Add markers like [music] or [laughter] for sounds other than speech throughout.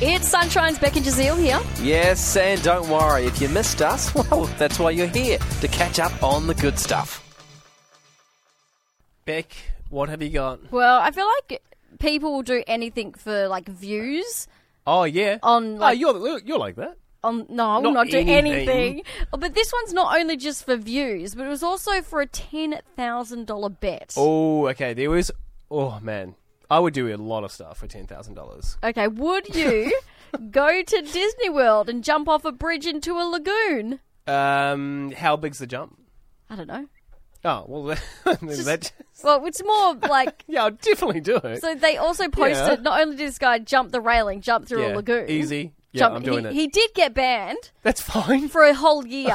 It's Sunshine's Becky Jazeel here. Yes, and don't worry, if you missed us, [laughs] well, that's why you're here, to catch up on the good stuff. Beck, what have you got? Well, I feel like people will do anything for like views Oh, yeah. on oh, like you're, you're like that. on no, I will Not not, do anything. anything. Oh, But this one's not only just for views, but it was also for a ten thousand dollar bet. Oh, okay. There was. Oh, man. I would do a lot of stuff for $10,000. Okay, [laughs] would you go to Disney World and jump off a bridge into a lagoon? Um, how big's the jump? I don't know. Oh, well, [laughs] is that. Well, it's more [laughs] like Yeah, I'll definitely do it. so they also posted Yeah. not only did this guy jump the railing, jump through Yeah, a lagoon. Easy. Yeah, jump- I'm doing he, it. He did get banned That's fine. [laughs] for a whole year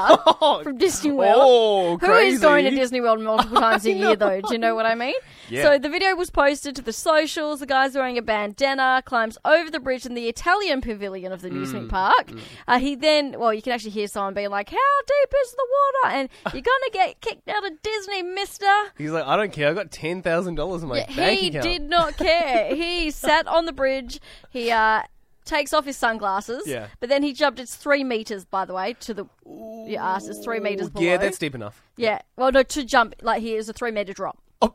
from Disney World. Oh, Who is going to crazy. Disney World [laughs] multiple times a I know. year, though? Do you know what I mean? Yeah. So the video was posted to the socials. The guy's wearing a bandana, climbs over the bridge in the Italian pavilion of the Mm, amusement park. Uh, he then, well, you can actually hear someone being like, "How deep is the water?" [laughs] And you're gonna get kicked out of Disney, Mister. He's like, I don't care. I got ten thousand dollars in my bank He account. did not [laughs] care. he sat on the bridge. He uh, takes off his sunglasses. Yeah. But then he jumped. It's three meters, by the way, to the your ass. It's three meters below. Yeah, that's deep enough. Yeah. Well, no, to jump like he is a three meter drop. Oh,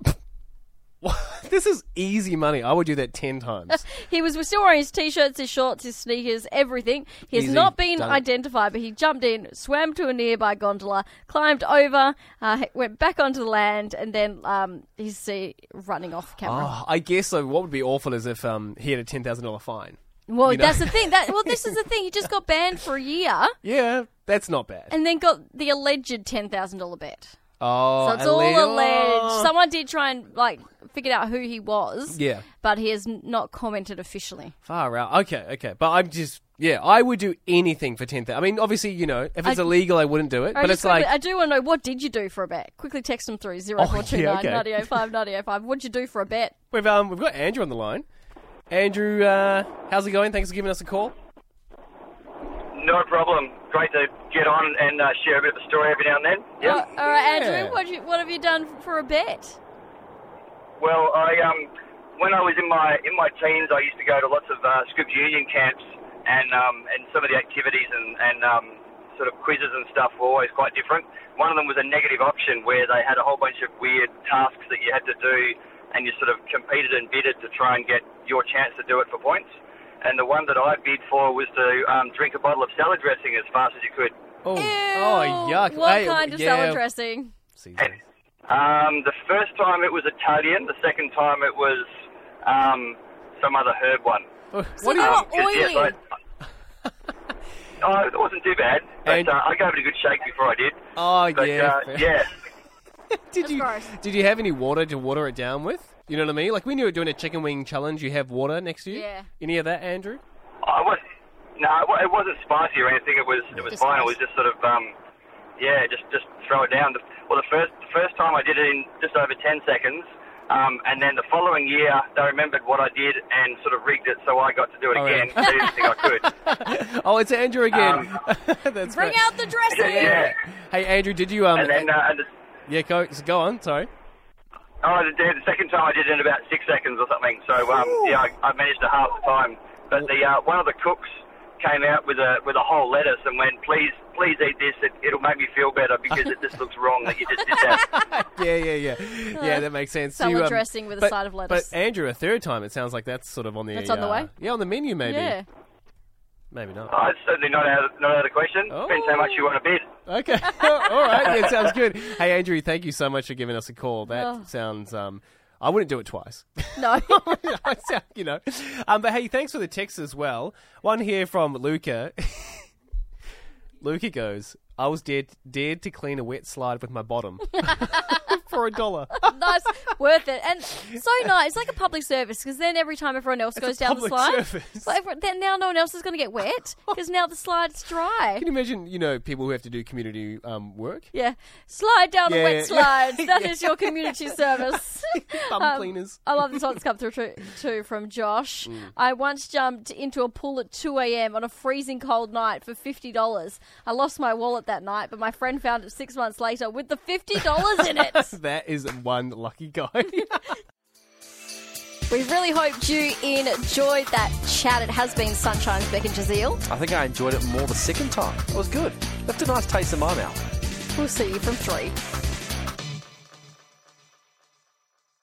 [laughs] this is easy money. I would do that ten [laughs] times. He was still wearing his t-shirts, his shorts, his sneakers, everything. He has Easy. not been Done it. identified, but he jumped in, swam to a nearby gondola, climbed over, uh, went back onto the land, and then um, he's see running off camera. Oh, I guess though, what would be awful is if um, he had a ten thousand dollar fine. Well, You know? that's the thing. That well, this is [laughs] the thing. He just got banned for a year, Yeah, that's not bad. and then got the alleged ten thousand dollar bet. oh, So it's all alle- alleged. Someone did try and like figured out who he was. Yeah. but he has n- not commented officially. Far out. Okay, okay. But I'm just. Yeah, I would do anything for ten thousand. I mean, obviously, you know, if it's I- illegal, I wouldn't do it. I But just it's like, Oh, quickly- I do want to know what did you do for a bet? Quickly text them through zero yeah, four two nine okay. ninety eight five ninety eight five. What'd you do for a bet? we've um, we've got Andrew on the line. Andrew, uh, how's it going? Thanks for giving us a call. No problem. Great to get on and uh, share a bit of a story every now and then. Yeah. Oh, all right, Yeah. Andrew, what you, what have you done for a bet? Well, I um, when I was in my in my teens, I used to go to lots of uh, script union camps, and um, and some of the activities and and um, sort of quizzes and stuff were always quite different. One of them was a negative option where they had a whole bunch of weird tasks that you had to do, and you sort of competed and bidded to try and get your chance to do it for points. And the one that I bid for was to um, drink a bottle of salad dressing as fast as you could. Oh, oh, Ew, yuck! What Hey, kind of yeah. salad dressing? Seasons. Um, the first time it was Italian. The second time it was um, some other herb one. Um, Oh, So what do you you- got Yes, oily. yes, I- [laughs] oh, it wasn't too bad. And- But uh, I gave it a good shake before I did. oh But yeah. uh, yeah, Did you gross. did you have any water to water it down with? You know what I mean? Like when you were doing a chicken wing challenge, you have water next to you. Yeah. Any of that, Andrew? [laughs] I was. No, it wa- it wasn't spicy or anything. It was it was Just fine. It was spice. just sort of um, yeah, just just throw it down. The- Well, the first the first time I did it in just over ten seconds, um, and then the following year they remembered what I did and sort of rigged it so I got to do it Oh, again. really? They didn't think I [laughs] could. Oh, it's Andrew again. [laughs] Um, That's Bring great. out the dressing. Yeah. Hey, Andrew, did you um? And then, uh, and the, yeah, go go on. Sorry. [laughs] oh, the, the second time I did it in about six seconds or something. So um, yeah, I, I managed to half the time. But the uh, one of the cooks came out with a with a whole lettuce and went, "Please, please eat this. It, it'll make me feel better because it just looks wrong that you just did that." [laughs] Yeah, yeah, [laughs] yeah, yeah. That makes sense. salad You, um, dressing with a but- side of lettuce. But Andrew, a third time, it sounds like that's sort of on the. That's on the uh, way? Yeah, on the menu maybe. Yeah. Maybe not. Oh, it's certainly not out of, not out of the question. Oh. Depends how much you want to bid. Okay. [laughs] All right. That sounds good. Hey, Andrew, thank you so much for giving us a call. That Oh. sounds. Um, I wouldn't do it twice. No. [laughs] [laughs] I sound- you know. Um, but hey, thanks for the text as well. One here from Luca. [laughs] Luca goes, I was dared, dared to clean a wet slide with my bottom [laughs] for a dollar. nice, worth it, and so nice. It's like a public service because then every time everyone else [laughs] goes a down the public slide, service. Well, everyone- then now no one else is going to get [laughs] wet because now the slide's dry. Can you imagine, you know, people who have to do community um, work? Yeah, slide down the Yeah, [laughs] yeah. wet slides. That is Yeah. your [laughs] community service. [laughs] Bum Um, cleaners. I love this one's come through too, too from Josh. Mm. I once jumped into a pool at 2 a.m. on a freezing cold night for $50. I lost my wallet that night, but my friend found it six months later with the [laughs] $50 in it. [laughs] That is one lucky guy. We really hoped you enjoyed that chat. It has been Sunshine's Beck and Jazeel. I think I enjoyed it more the second time. It was good. Left a nice taste in my mouth. We'll see you from three.